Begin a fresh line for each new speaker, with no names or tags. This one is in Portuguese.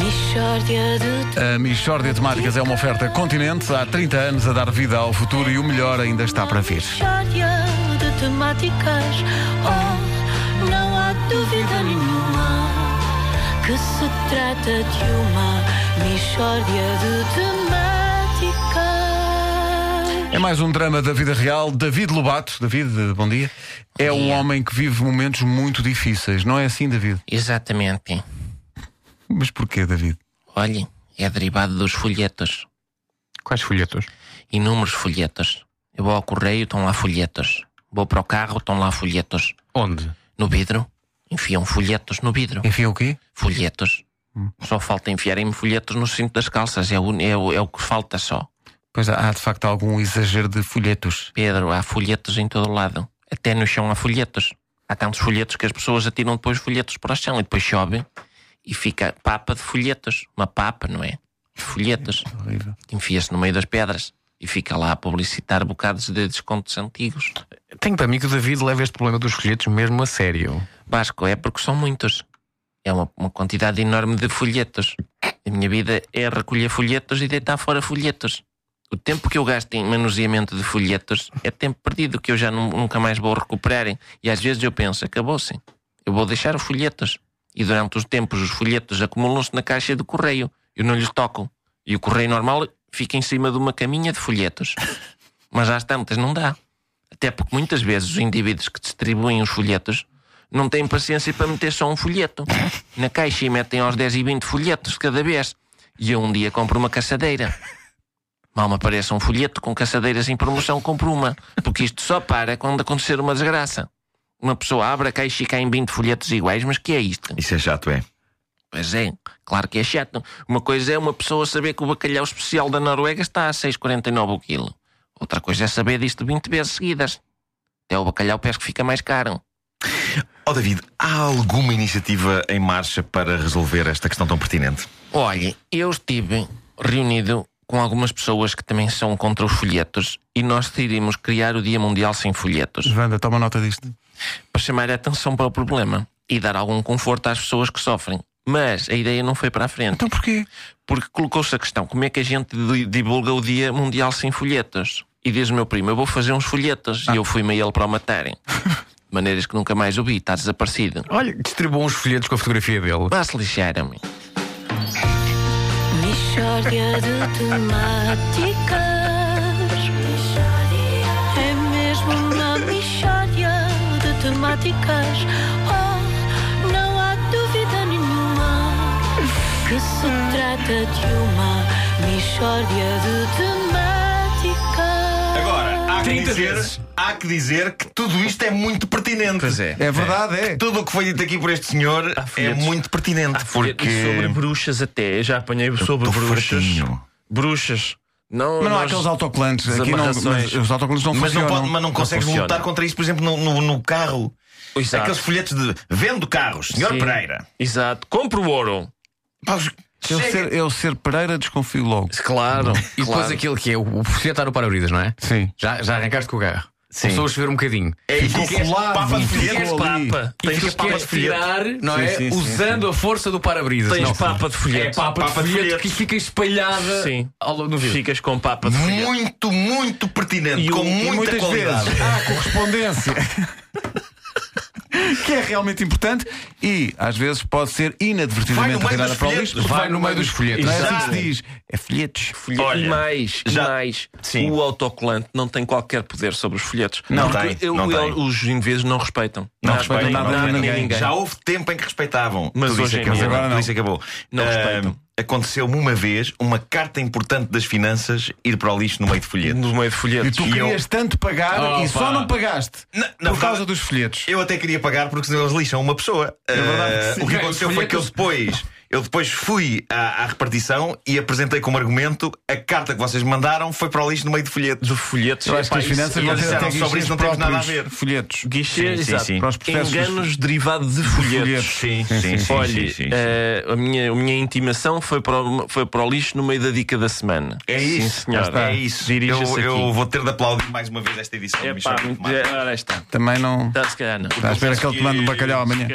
Mishória de
A Michórdia de Temáticas é uma oferta continente há 30 anos a dar vida ao futuro e o melhor ainda está para vir.
Mishória de temáticas Oh, não há dúvida nenhuma Que se trata de uma Mishória de temáticas
É mais um drama da vida real. David Lobato, David, bom dia. É um homem que vive momentos muito difíceis, não é assim, David?
Exatamente.
Mas porquê, David?
Olhem, é derivado dos folhetos.
Quais folhetos?
Inúmeros folhetos. Eu vou ao correio, estão lá folhetos. Vou para o carro, estão lá folhetos.
Onde?
No vidro, enfiam folhetos no vidro.
Enfim, o quê?
Folhetos. Só falta enfiarem-me folhetos no cinto das calças. É o, é, o, é o que falta só.
Pois há, há, de facto algum exagero de folhetos.
Pedro, há folhetos em todo lado. Até no chão há folhetos. Há tantos folhetos que as pessoas atiram depois folhetos para o chão e depois chove e fica papa de folhetos. Uma papa, não é? De folhetos.
Horrível.
Enfia-se no meio das pedras e fica lá a publicitar bocados de descontos antigos.
Tenho para mim que o David leva este problema dos folhetos mesmo a sério.
Vasco, é porque são muitos. É uma, uma quantidade enorme de folhetos. A minha vida é recolher folhetos e deitar fora folhetos. O tempo que eu gasto em manuseamento de folhetos é tempo perdido que eu já nu- nunca mais vou recuperar. E às vezes eu penso, acabou-se. Eu vou deixar os folhetos. E durante os tempos os folhetos acumulam-se na caixa do correio. Eu não lhes toco. E o correio normal fica em cima de uma caminha de folhetos. Mas às tantas não dá. Até porque muitas vezes os indivíduos que distribuem os folhetos não têm paciência para meter só um folheto na caixa e metem aos 10 e 20 folhetos de cada vez. E eu um dia compro uma caçadeira. Mal me apareça um folheto com caçadeiras em promoção, compro uma. Porque isto só para quando acontecer uma desgraça. Uma pessoa abre a caixa e caem 20 folhetos iguais, mas que é isto?
Isso é chato, é?
Pois é, claro que é chato. Uma coisa é uma pessoa saber que o bacalhau especial da Noruega está a 6,49 o quilo. Outra coisa é saber disto 20 vezes seguidas. Até o bacalhau pesco fica mais caro.
Ó David, há alguma iniciativa em marcha para resolver esta questão tão pertinente?
Olha, eu estive reunido com algumas pessoas que também são contra os folhetos e nós decidimos criar o Dia Mundial Sem Folhetos.
Wanda, toma nota disto.
para chamar a atenção para o problema e dar algum conforto às pessoas que sofrem. Mas a ideia não foi para a frente,
Então porquê?
porque colocou-se a questão: como é que a gente di- divulga o Dia Mundial sem folhetas? E diz o meu primo: eu vou fazer uns folhetas. E eu fui-me a ele para o matarem. De maneiras que nunca mais o vi, está desaparecido.
Olha, distribuam os folhetos com a fotografia dele.
Vá se lixar-me.
Mishória de temáticas É mesmo uma mishória de temáticas Oh, não há dúvida nenhuma Que se trata de uma mishória de temáticas
Agora, há que, dizer, há que dizer que tudo isto é muito pertinente. Pois
É verdade, é.
Tudo o que foi dito aqui por este senhor é
folhetos.
muito pertinente. porque.
E Ah, sobre bruxas até, eu já apanhei sobre
tô
bruxas.
fartinho.
Bruxas. Não,
Mas não há
nós-
aqueles autocolantes. Aqui não,
amarrações.
mas os autocolantes não
Mas não,
funcionam.
pode, mas não consegues
funciona.
lutar contra isso, por exemplo, no, no- no carro.
Exato.
Aqueles folhetos de vendo carros, senhor
Sim.
Pereira.
Exato. Compre o ouro.
Pá, os-
Eu
chega.
ser, eu ser Pereira desconfio logo.
Claro.
E depois
claro.
aquele que é o, o folheto está no para-brisas, não é?
Sim.
Já, já arrancaste com o carro.
Sim.
Começou a chover um bocadinho.
É isso,
Ficou
que é
colado,
papa de
ficou
folhetos.
ali.
Papa.
E
Tens
tu
papa
queres
de folheto.
tirar, não
Sim,
é?
sim, sim,
Usando a força do para-brisas.
Tens
não.
papa de
É
folheto.
papa,
Papa de
de folheto
folheto.
que fica espalhada
Sim.
ao longo do vidro.
Ficas com papa de folheto.
Muito, muito pertinente,
E o-
com
e
muita
muitas
qualidade.
vezes há correspondência. que é realmente importante e às vezes pode ser
Vai
inadvertidamente
no meio
atirada
dos
para o
folhetos,
lixo.
vai no meio dos folhetos.
Não é assim que
Exato.
se diz. É folhetos.
folheto.
Olha,
e mais, e
já-
mais
Sim.
o autocolante não tem qualquer poder sobre os folhetos.
Não
Porque
tem,
eu-
não
eu-
tem.
os indivíduos não respeitam.
Não
Nada,
respeitam
nem-
nada,
nada,
nem
nem
ninguém.
ninguém.
Já houve tempo em que respeitavam.
Mas
Tudo
hoje
isso é
em dia
acabou.
não.
Tudo isso acabou.
Não
Ah,
respeitam.
Aconteceu-me uma vez uma carta importante das finanças ir para o lixo no meio de folhetos.
No meio de folhetos.
E tu
E eu-
querias tanto pagar e
Opa.
só não pagaste
Na- na
por
verdade-
causa dos folhetos.
Eu até queria pagar porque senão eles lixam uma pessoa. Ah,
verdade que sim.
o que aconteceu
Os
foi que eu depois, eu depois fui à, à repartição e apresentei como argumento a carta que vocês mandaram foi para o lixo no meio de folhetos.
De folhetos.
Eu acho que
Epá,
as
isso-
finanças
e
vão
eles
ter
disseram
até
sobre
guichês
isso não temos nada a
próprios.
ver.
Folhetos.
Guichê,
Sim, sim,
exato.
sim.
Para os processos dos-
Enganos derivados de folhetos.
Sim, sim, sim.
Olha,
sim, sim, sim.
eh, a, minha, a minha intimação foi para, o, foi para o lixo no meio da dica da semana.
É isso,
Sim, senhora.
é isso.
Dirija-se
Eu,
aqui.
eu vou ter de aplaudir mais uma vez esta edição.
Epá,
Michel.
muito- eh, ora está.
Também não. Tá
Está se calhar não.
Está à espera que ele te mande um bacalhau amanhã.